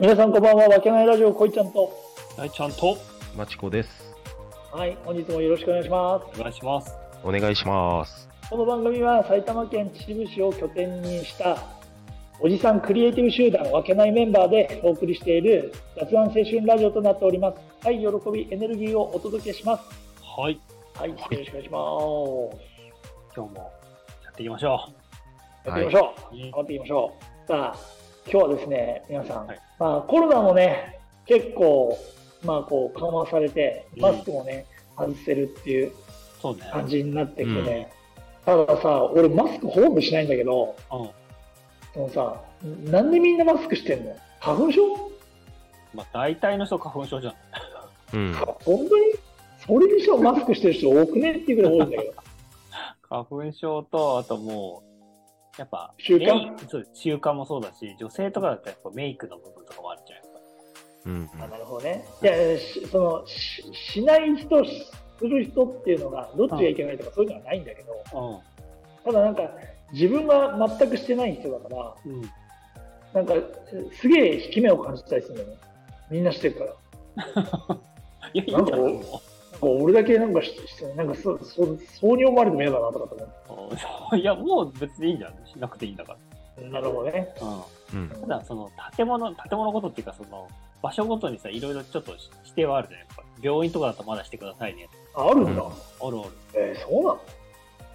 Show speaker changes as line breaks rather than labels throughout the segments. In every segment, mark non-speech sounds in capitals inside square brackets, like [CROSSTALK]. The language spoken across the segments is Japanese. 皆さんこんばんは、わけないラジオ、こいちゃんと。
はい、ちゃんと
まちこです。
はい、本日もよろしくお願いします。
お願いします。
お願いします。
この番組は埼玉県秩父市を拠点にした、おじさんクリエイティブ集団わけないメンバーでお送りしている雑談青春ラジオとなっております。はい、喜び、エネルギーをお届けします。
はい、
はい、よろしくお願いし
今日もやっていきましょ
ます。やっ
は
てい
い
きましょう。
う。
頑張っていきましょう。さあ、今日はですね、皆さん、
はい
まあ、コロナもね、結構、まあ、こう緩和されて、
うん
マスクもね、外せるっていう
そうね。
感じになってきてね、たださ、俺、マスクほとんどしないんだけど、
うん。
そのさ、なんでみんなマスクしてんの花粉症
まあ、大体の人花粉症じゃん。
うん。
本当にそれにしてもマスクしてる人多くねっていうぐらい多いんだけど、
花粉症と、あともう、やっぱ、
習慣
メイクそう習慣もそうだし、女性とかだとやっぱメイクの部分とかもあるじゃん。やっ
うん。
あなるほどね。いや、しそのし、しない人、しする人っていうのが、どっちがいけないとか、そういうのはないんだけど、た
ぱ
だなんか自分が全くしてない人だから
うん。うん。
なんかすすげえ引き目を感じたりするんだよねみんなしてるから
いや、いいんじゃない
なんかなんか俺だけなんかししてないなんかそそそうに思われても嫌だなとかと思
うん [LAUGHS] いや、もう別にいいんじゃないしなくていいんだか
うなるほどね
ら。うん。
うん。
ただ、その、建物、建物ごとっていうか、その、場所ごとにさ、いろいろちょっと指定はあるじゃん。やっぱ、病院とかだとまだしてくださいね。
ああるんだ、
うん
あるある。
えーそうなの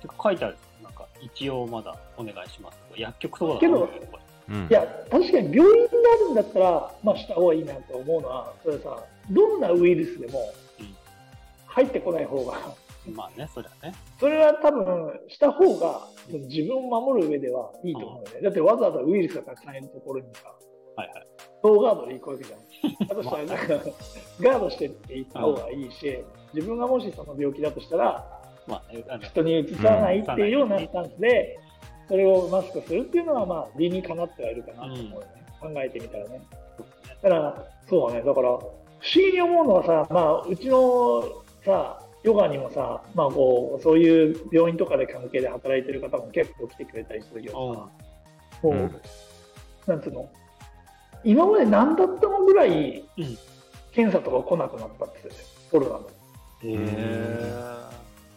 てか書いてあるなんか一応まだお願いしますとか薬局とかだ
けど
と思うよこれ
うん
いや確かに病院があるんだったら、まあ、した方がいいなと思うのはそれさどんなウイルスでも
うん
入ってこない方が
まあねそりゃね
それは多分した方がその自分を守る上ではいいと思うよねだってわざわざウイルスがたくさんいるところにさ
はいはい
ノーガードで行くわけじゃ [LAUGHS] ん。だとしたら、なんか、ガードしてって行った方がいいし、自分がもしその病気だとしたら、
まあねあの
人にうつさないっていうような
うん
スタンスで、それをマスクするっていうのは、まあ、理にかなってはいるかなと思うよね。考えてみたらね。だから、そうだね。だから、不思議に思うのはさ、まあ、うちのさ、ヨガにもさ、まあこう、そういう病院とかで関係で働いてる方も結構来てくれたりするけどさ、こう、
うん
なんつうの今まで何だったのぐらい、
うん
検査とか来なくなったんですよね、コロナの。だか
へえ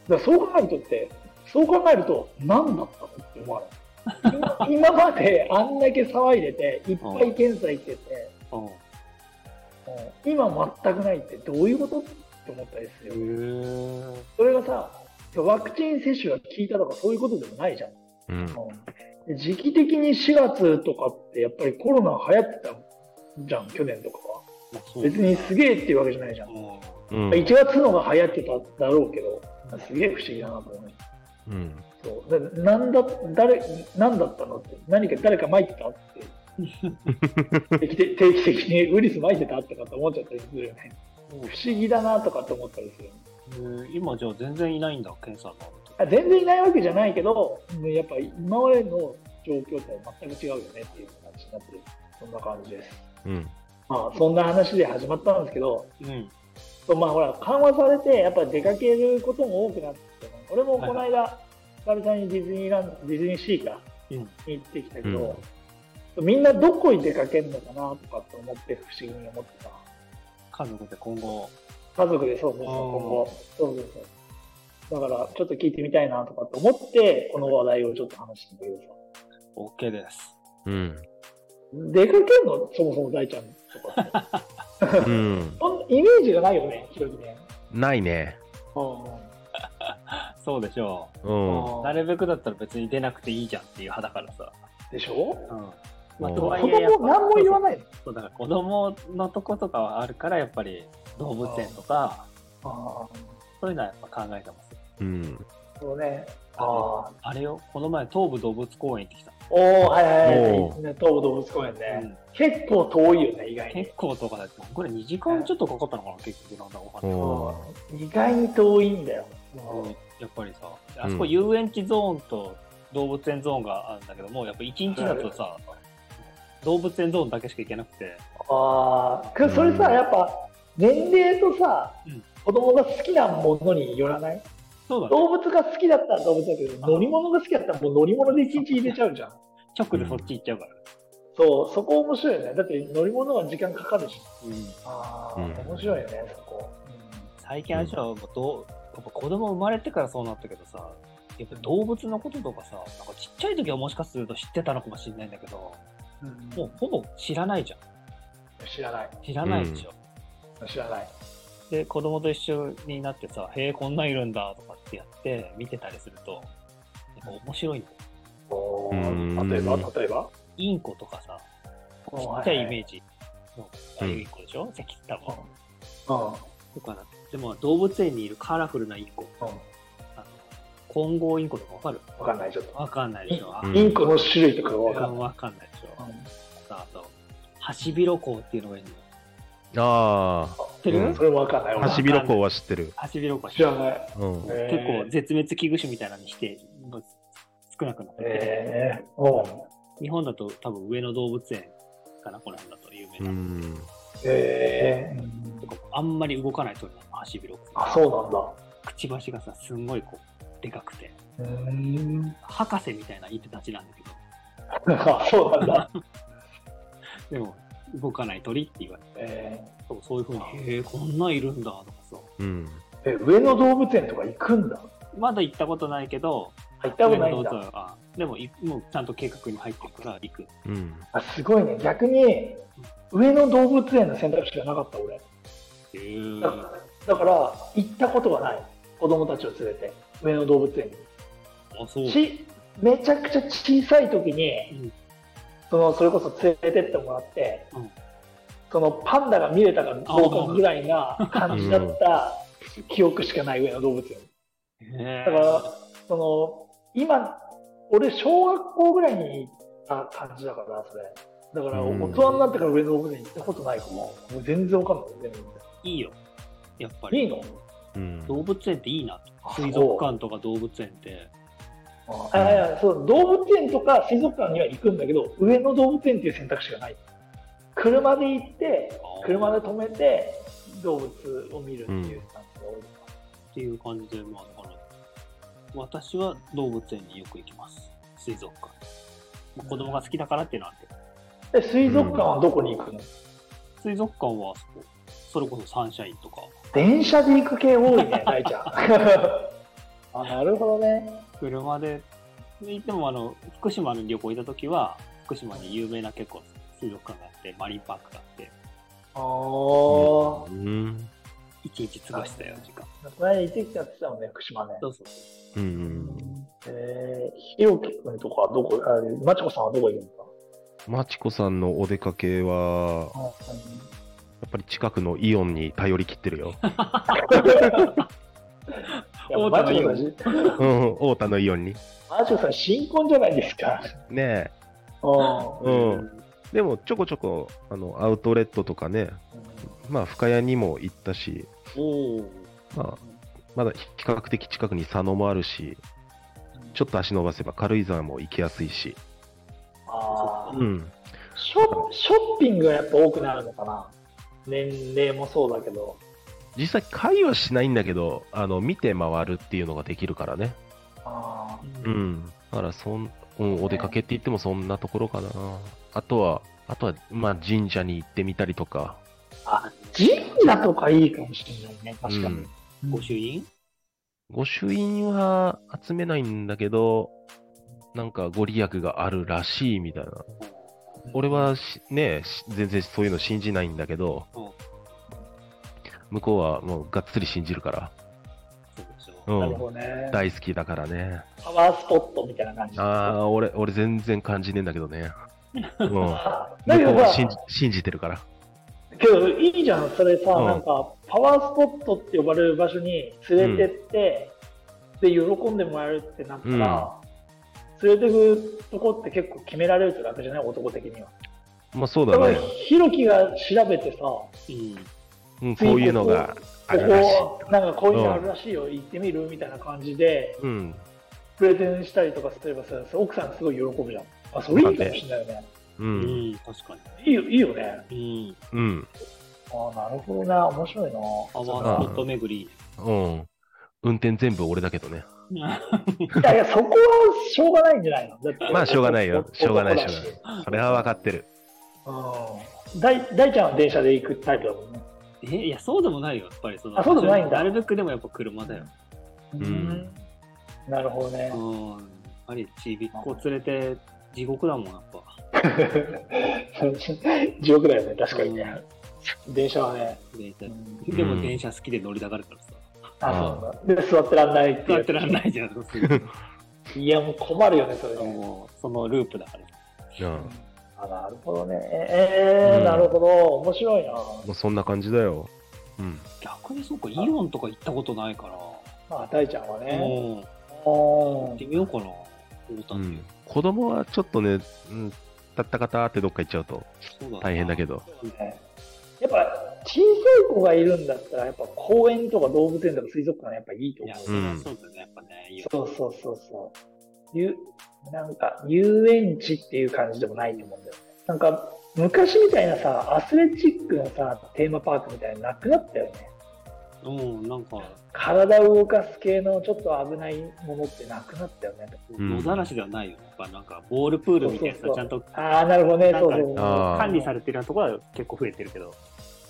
らそう考えるとって、そう考えると、何だったのって思 [LAUGHS] わない。今今まであんだけ騒いでて、いっぱい検査行ってて、
うん
うん今全くないってどういうことって思ったりするよ。
へえ
それがさ、ワクチン接種が効いたとかそういうことでもないじゃん。
うん。
うん時期的に4月とかってやっぱりコロナ流行ってたじゃん、去年とかは。
まあそうだね
別にすげえっていうわけじゃないじゃん。
う
うん。
1月のが流行ってただろうけど、すげえ不思議だなと思う。
うん。
そうでなんだ誰何だったのって、何か誰か撒いてたって、定期的定期的にウイルス撒いてたってかと思っちゃったりするよね。
ん
不思議だなとかって思ったりするよね。
うんへー今じゃあ全然いないんだ検査の
あ全然いないわけじゃないけど、ねやっぱ今までの状況とは全く違うよねっていう感じになってる。そんな感じです。
うん。
まあ、そんな話で始まったんですけど、
うん
そうまあほら緩和されてやっぱ出かけることも多くなってきたな俺もこの間久々にディズニーランドディズニーシーか
うん
に行ってきたけど、みんなどこに出かけるのかなとかって思って不思議に思ってた
家族で今後
家族でそうそうそう
あ
今
ー
後そうそうそうだからちょっと聞いてみたいなとかって思ってこの話題をちょっと話してみてくださ
OK です
うん。
い出かけるのそもそも大ちゃんとかって
うん。
そんなイメージがないよね正直ね
ないね。
う
そうでしょ
うん。
う
あ
なるべくだったら別に出なくていいじゃんっていう派だからさ
んでしょ
うん
まあ
とは
子
いえやっぱ
供何も言わないの
そうだから子供のとことかはあるからやっぱり動物園とか
ああ
そういうのはやっぱ考えてます
うん。
そうね。
あ
あ。
あれよこの前東武動物公園行ってきた、
おお、はいはいはい。
おー
ね東武動物公園
う
ね。
ん
結構遠いよね、意外に
結。構とかだってこれ2時間ちょっとかかったのかな結局なんだかんない
お
うん意外に遠いんだよ。
うんやっぱりさあそこ遊園地ゾーンと動物園ゾーンがあるんだけどもやっぱ1日だとさ、動物園ゾーンだけしか行けなくて
ああ。くそれさ、
うん
やっぱ、年齢とさ
うん、
子供が好きなものによらない
そうだね
動物が好きだったら動物だけど、
あー
乗り物が好きだったらもう乗り物で一日入れちゃうじゃん。
直でそっち行っちゃうからね、
そうそう、そこ面白いよね。だって乗り物は時間かかるし。
うん
ああ、
うん
面白いよね、そこ。
最近あれじゃんもうどうやっぱ子供生まれてからそうなったけどさやっぱ動物のこととかさなんかちっちゃい時はもしかすると知ってたのかもしれないんだけど
うん
もうほぼ知らないじゃん
知らない。
知らないでしょ、
知らない。
で子供と一緒になってさ「へえこんなんいるんだ」とかってやって見てたりするとやっぱ面白いんだよ
お
う
ー
ん
例えば、例えば。
インコとかさちっちゃいイメージのああいうインコでしょ、石器多分
う
とかなでも動物園にいるカラフルなインコ
ん。うん。
あの混合インコとかわかる
わかんない、ちょっと。
わかんないでしょ、あ
うん
インコの種類とかがわ
わ
か
か
ん
ん
ない。
ないでしょ。あと、ハシビロコウっていうのがいるの。
あ
知ってる、
うん
それもわかんない。
あ、
俺
ハシビロコウは知ってる。
ハシビロコウ
知らない。
うん。
え
結
ー
構絶滅危惧種みたいなのにして、もう少なくなってて、
えー、おう
日本だと多分上野動物園かな、この辺だと有名
う
な。
ん。
えー、
とかあんまり動かない鳥なの、ハシビロコ
あ、そう
ウ。くちばしがさ、すんごいこう、でかくて、
なんだ。うーん。
博士みたいな犬たちなんだけど、
あ、そうなんだ。
でも、動かない鳥って言われて、
え
そうそういうふうに、へえ、こんなんいるんだとかさ、
うん。
ー、え上野動物園とか行くんだ。
まだ行ったことないけど、
行ったことないん
上野動
だ。
物園はでもい、もうちゃんと計画に入ってるから行く。
うん。
あ、すごいね。逆に、上野動物園の選択肢がなかった、俺。
っていう
だだから、行ったことがない。子供たちを連れて、上野動物園に。
あ、そう。
ちめちゃくちゃ小さい時に、
うん
そのそれこそ連れてってもらって、
うん
そのパンダが見れたかどうかぐらいな感じだった記憶しかない上野動物園
へ
だ
え
からその今俺小学校ぐらいに行った感じだからそれだから
うん
大人になってから上野動物園行ったことないかももう全然わかんない全然
いいよ。やっぱり。
いいの
うん。
動物園っていいなと。
あ
水族館とか動物園って。
そうあいやいやそう動物園とか水族館には行くんだけど上野動物園っていう選択肢がない車で行って
あー
車で止めて動物を見るっていうスタンスが多いか
っていう感じで、まあ、だから、私は動物園によく行きます。水族館。まあ、子供が好きだからっていうのはあるけど。
ら、で水族館はどこに行くの、
水族館はあそこ。それこそサンシャインとか。
電車で行く系多いね大ちゃん [LAUGHS] あなるほどね
車で、で行っても、あの、福島に旅行行った時は、福島に有名な結構水族館があって、マリンパークがあって、
あ
う
あ、
ん。
一日過ごしたよ、時間。
この間行ってきたって言ってたもんね福島ね
そうそうそう。
うん。
えー、ひろきくんとかはどこあまちこさんはどこいるんですか
まちこさんのお出かけは、
あ
やっぱり近くのイオンに頼り切ってるよ。
いや
大
ま
田の
ち
イ
こ
オ
さん
うん。太田のイオンに。
マーチョさん、新婚じゃないですか。
ねえ。
う
うん。でも、ちょこちょこ、あの、アウトレットとかね、まあ、深谷にも行ったし、
おお。
まあ、まだ比較的近くに佐野もあるし、ちょっと足伸ばせば軽井沢も行きやすいし、
あー
うん。
ショショッピングがやっぱ多くなるのかな。年齢もそうだけど。
実際、会はしないんだけど、あの、見て回るっていうのができるからね。
あ
う。ん。だから、そん、うん、お出かけって言ってもそんなところかな。あとは、あとは、まあ、神社に行ってみたりとか、
ーあ、神社とかいいかもしれないね、確か
う
に
ん。
ご主人
御朱印は集めないんだけど、なんかご利益があるらしいみたいな。俺はしね、し全然そういうの信じないんだけど
うん、
向こうはもうがっつり信じるから、
そうでしょ。
う
なる
ん、
ほどね。
大好きだからね。
パワースポットみたいな感じ。
ああ、俺、俺全然感じねえんだけどね。うん、向こ
あーだけ
う
ど
は信じ
さ、
信じてるから。
けどいいじゃん、それさ、
うん
なんか、パワースポットって呼ばれる場所に連れてって、で、喜んでもらえるってなったら、連れてくとこって結構決められると楽じゃない、男的には。
まあそう
だ
だ
から
ね。、
ひろきが調べてさ、こ
うん。
うん、こういうのがあるらしい。
こ、なんかこういうのあるらしいよ、行ってみるみたいな感じで、
うん、
プレゼンしたりとかすればさ、奥さんすごい喜ぶじゃん。あ、それいいかもしれないよね。
う、
うんん、確か
いいよ、いいよね。
に。うん。
うん、
あなるほどな、面白いな。
パワースポット巡り。
うん。運転全部俺だけどね。
いやいや、そこはしょうがないんじゃないのだって
まあ、しょうがないよ。
男
しょうがない、し
男
ょ
だ
うがない。それは分かってる。
うん大大ちゃんは電車で行くタイプだもんね。
え、いや、そうでもないよ、やっぱり。その
あそうでもないんだ
なるべくでもやっぱ車だよ。
ん
なるほどね
う。ん。やっぱりちびっこ連れて地獄だもん、やっぱ。
[LAUGHS] 地獄だよね、確かにね。電車はね。
電車
うん
でも電車好きで乗りたがるからさ。
あ、そうだ。で、座ってらんないっていう。
座ってらんないじゃん、そうすると
いや、もう困るよね、 [LAUGHS] それね。
もうそのループだから。
うん。
あなるほどね。ええー
うん
なるほど。面白いな。
もうそんな感じだよ。うん。
逆にそうか、イオンとか行ったことないから。
まあ、大ちゃんはね。
うん。
う
行
ん
ってみようかな。思った
うん
だ
ん、子供はちょっとね、うん、たったかたってどっか行っちゃうと
けどそうだな
大変だけど。
ねやっぱ、小さい子がいるんだったら、やっぱ公園とか動物園とか水族館やっぱいいと
い
思
や、
う。
そりゃそうだね、やっぱね。イオン
そうそうそうそう。ゆなんか、遊園地っていう感じでもないと思うんだよね。なんか、昔みたいなさ、アスレチックのさ、テーマパークみたいなのなくなったよね。
うん、なんか、
体を動かす系のちょっと危ないものってなくなったよね。
ん
野ざらしではないよ。やっぱなんか、ボールプールみたいなさ
そうそうそう
ちゃんと
ああ、なるほどね。
なん
そ
か
うそうそう。
あー
管理されてるようなところは結構増えてるけど。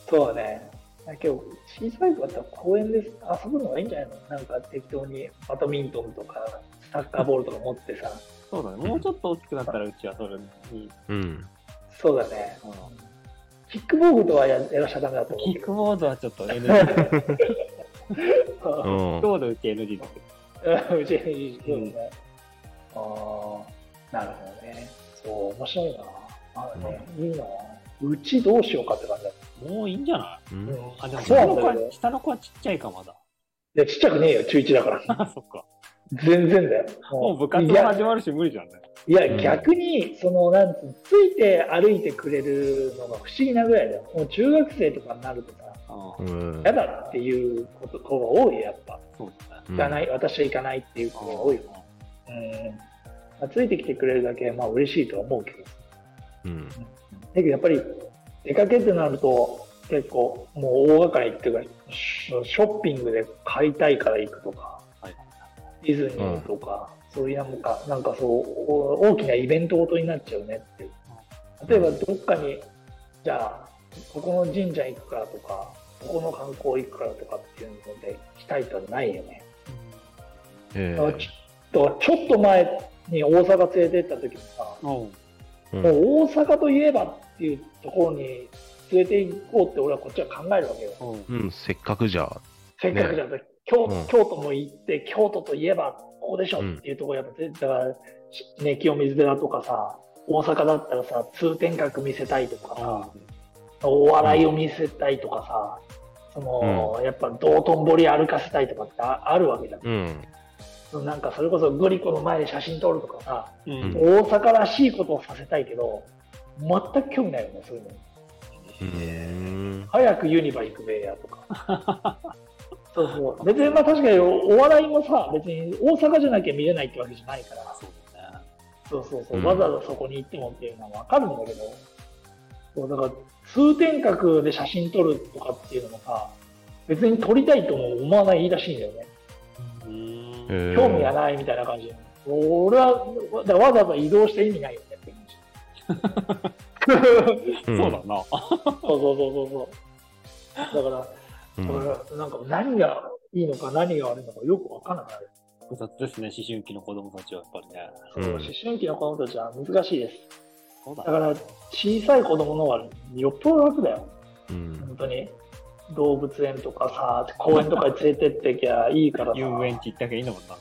そうだね。だけど、小さい子だったら公園で遊ぶのがいいんじゃないのなんか適当にバドミントンとか、サッカーボールとか持ってさ。
そうだね。もうちょっと大きくなったら、うちはそれに。
うん。
そうだね。
うん
キックボールとはややらしちゃダメだと思
キ
うけ
ックボードはちょっと NG だけど。キック
ど。 [LAUGHS]
うん。
ボードうち NG だけど。
うちにいいそうね。ああ、なるほどね。そう、面白いな。あね、いいな。うちどうしようかって感じだ。
もういいんじゃな
う。
うん
いあ、でも
そう
下
なん
の子
だよ
は、
ね
下の子はちっちゃいか、まだ。
いや、ちっちゃくねえよ、中1だから。
あ、 [LAUGHS] そっか。
全然だよ。
もう部活も始まるし、無理じゃんね。
いや、
うん
逆に、その、なんつうのついて歩いてくれるのが不思議なぐらいだよ。もう中学生とかになるとさ、
う
うんん。
嫌だっていうこと子が多いよ、やっぱ。
そうだね。
う
行
ん
かない、私は行かないっていう子が多いよ。うん。まあ、ついてきてくれるだけ、まあ嬉しいとは思うけど。だ
うん。
けどやっぱり、出かけってなると、結構、もう大掛かりっていうか、ショショッピングで買いたいから行くとか、
はい
ディズニーとか、そういうなんか、なんかそう、お大きなイベントごとになっちゃうねっていう。例えばどっかに、じゃあ、ここの神社行くからとか、ここの観光行くからとかっていうので、期待とはないよね。
ええ
だからちょっとちょっと前に大阪連れて行った時もさ、
おう
うん
もう大阪といえばっていうところに連れて行こうって俺はこっちは考えるわけよ。
おう
うん。せっかくじゃ。
せっかくじゃなくて、京
うん
京都も行って、京都といえばここでしょっていうところやっぱ、だから、しね、清水寺とかさ、大阪だったらさ、通天閣見せたいとかさ、お笑いを見せたいとかさ、その、やっぱ道頓堀歩かせたいとかってああるわけじゃん。
うん。
そのなんかそれこそグリコの前で写真撮るとかさ、
うん
大阪らしいことをさせたいけど、全く興味ないよね、そういうのに。
うん。
早くユニバ行くべやとか。 [LAUGHS] そうそう。別にまあ確かにおお笑いもさ、別に大阪じゃなきゃ見れないってわけじゃないから、
そうだね。
そうそうそう、
うん
わざわざそこに行ってもっていうのはわかるんだけど、そうだから通天閣で写真撮るとかっていうのもさ、別に撮りたいとも思わないらしいんだよね。
うん
ええ
興味がないみたいな感じで。俺は、だからわざわざ移動して意味ないよねって感じ。
うん
そうだな。
そうそうそうそうそう。だから、
うん
これなんか何がいいのか何が悪いのかよくわからない。
複雑ですね、思春期の子供たちはやっぱりね。
うん
思春期の子供たちは難しいです。
そうだ
だから小さい子供の方がよっぽど楽だよ。
うん
本当に。動物園とかさ、公園とかに連れてってきゃいいからさ、
遊園地行ったけいいんだもんな。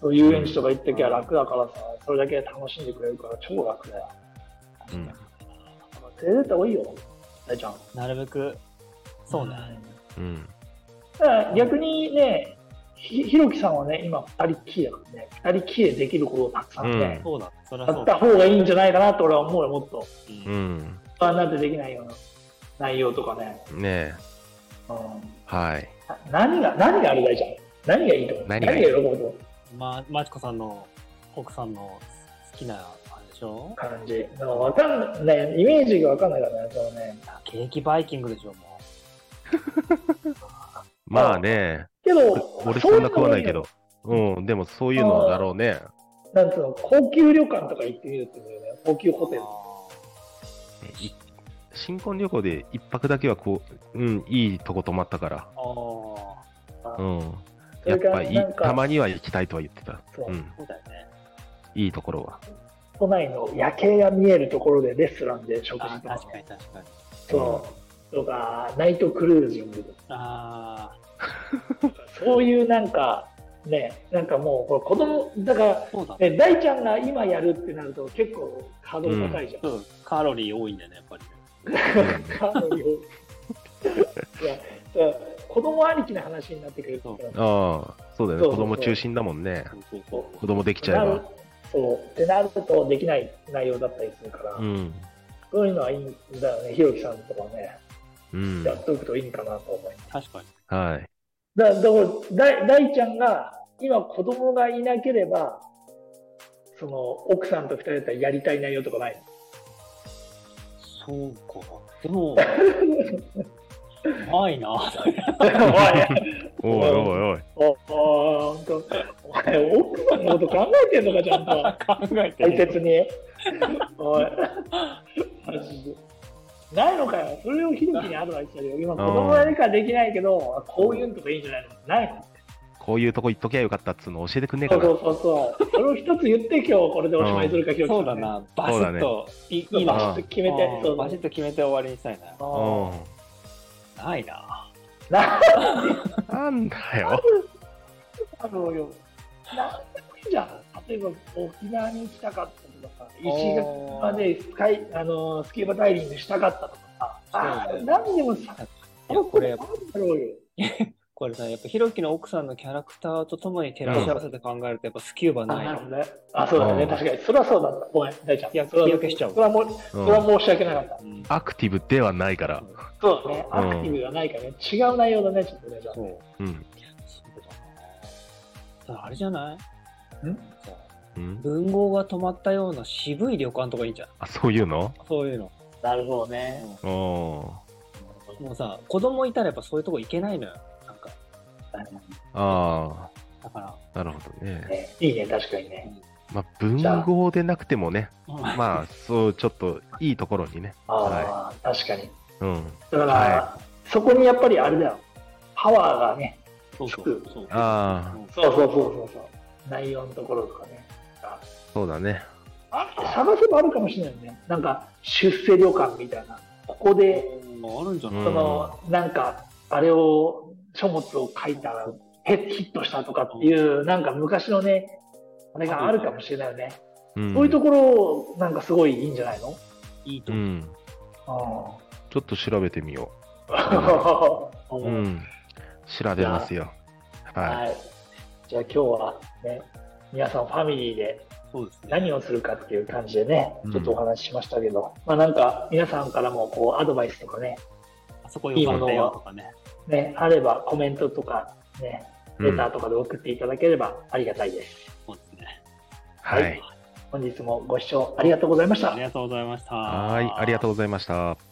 そう遊園地とか行ってきゃ楽だからさ、それだけ楽しんでくれるから超楽だよ。
うん
連れてった方がいいよ、大ちゃん。
なるべく、そうね。
うん。
だから逆にね、ひひろきさんはね、今二人っきりだからね、二人っきりでできることをたくさんね、
そうだ、それは
あ
そう
った
だ。
方がいいんじゃないかなと俺は思うよ、もっと。
うん
うん。
不安なんてできないような内容とかね。
ねえ。
うん、
はい。
な何が、何があれだいじゃん。何がいいと思う
何がいい
喜ぶと
ま、まちこさんの、奥さんの好きな、あれでしょ
感じ。なんかわかんない、ね、イメージがわかんないからね、そのね。
ケーキバイキングでしょ、も
まあね。
けど、
俺そんな食わないけ
そういうのもいいの
ど。うん、でもそういうのだろうね。
なんつうの、高級旅館とか行ってみるっていうのよね。高級ホテル。
い新婚旅行で一泊だけはこう、うん、いいとこ泊まったから。
あーあ
うん。
そ
やっ
れか
ぱ
ら
い
なんか
たまには行きたいとは言ってた。
そう
うん、
ー、そうだよね。
いいところは。
都内の夜景が見えるところでレストランで食
あ
事
ー
とか
確かに確かに。
そうとかナイトクルージング
あ
とかそういうなんかねなんかもうこれ子供だから
あ、、そうだね。
ね、大ちゃんが今やるってなると結構ハードル高いじゃん
ち、ょっとカロリー多いんだよね、やっぱりね。
ハードルいやだから子供ありきな話になってくると [LAUGHS]
ああ、そうだよね。
そう
子
そうそう
供中心だもんね。
そうそうそう
子供できちゃえ
なる
ば。
そうってなるとできない内容だったりするから、
うん。
そういうのはいいんだよねひろきさんとかね
うん。
やっとくといいんかなと思います
確かに。
はい。
だだからだ大ちゃんが今子供がいなければその奥さんと二人だったらやりたい内容とかない [LAUGHS]
そうか。でも、ないな。
おい
おいおいおい。
おお本当お前奥さんのこと考えてんのかちゃん [LAUGHS] と
考えて
大
る。
切においマジでないのかよそれをひろきにアドバイスしたよ今子供が理解できないけどこういうのとかいいんじゃないのないの
こういうとこ行っときゃよかったっつうの教えてくんねえ
そ
か
う
な。
そうそうそうそれを一つ言って今日これでおしまいするかひろきさん
そうだな。バシッと、いいいいな。
バシッと決めて
うん
そう
バシッと決めて終わりにしたいな。
あ
うん
ないな。
ーな
なんだよ。
あのよ、なんでもいいじゃん。例えば沖縄に行きたかったとかさ、石垣までスカイあのスキューバダイビングしたかったとかさ、あー何でもさ、
いやこれ
あの子なんだろうよ。
これさ、やっぱひろきの奥さんのキャラクターとともに照らし合わせて考えると、やっぱスキューバ
あ、
ない
なる
な
ほ。どね。あ、そうだね。
うん
確かに。それはそうだった。ごめん、大ちゃん。
いや
それは
日焼けしちゃう
それはもう、
う
それは
ん
申し訳なかった。
うん
アクティブではないから。
そうだね。
う
ア
ん
クティブがないからね。違う内容だね、ちょっとね。じゃあ
そう。
うん。
そうだな。ただあれじゃない
ん
さ
うん、
文豪が泊まったような渋い旅館とかいいんじゃん。
あ、そういうの
そういうの。
なるほどね。
おー
もうさ、子供いたらやっぱそういうとこ行けないのよ。なんか、
あ
だから、
あ、なるほどね。
ねいいね、確かにね。
まあ、文豪でなくてもね、
あ、
まあ、そう、ちょっといいところにね。
ああ、確かに。
うん。
だから、
は
そこにやっぱりあれだよ。パワーがね、
そうそうそう。
あ
うん
そうそうそうそうそう。内容のところとかね。あ
そうだね。
あ探せばあるかもしれないね。なんか出世旅館みたいな。ここで、
あるんじゃない、
う
その、なんか、あれを、書物を書いたらヘッヒットしたとかっていう、なんか昔のね、あれがあるかもしれないよね。
うん。
そういうところ、なんかすごいいいんじゃないの
いいと
う
思う。
ん。
う。
ちょっと調べてみよう。うんん。調べますよ。
[LAUGHS]
は
はい。じゃあ今日はね、皆さんファミリーで
そうですね。
何をするかっていう感じでね
う、ん
ちょっとお話ししましたけど、まあなんか皆さんからもこうアドバイスとかね、
あそこ良かったよとかね。
ね、あればコメントとかね、
い。う
レ
ん
ターとかで送っていただければありがたいです。
そうですね。
はい。
本日もご視聴ありがとうございました
あり。がとうございました。
はい。ありがとうございました。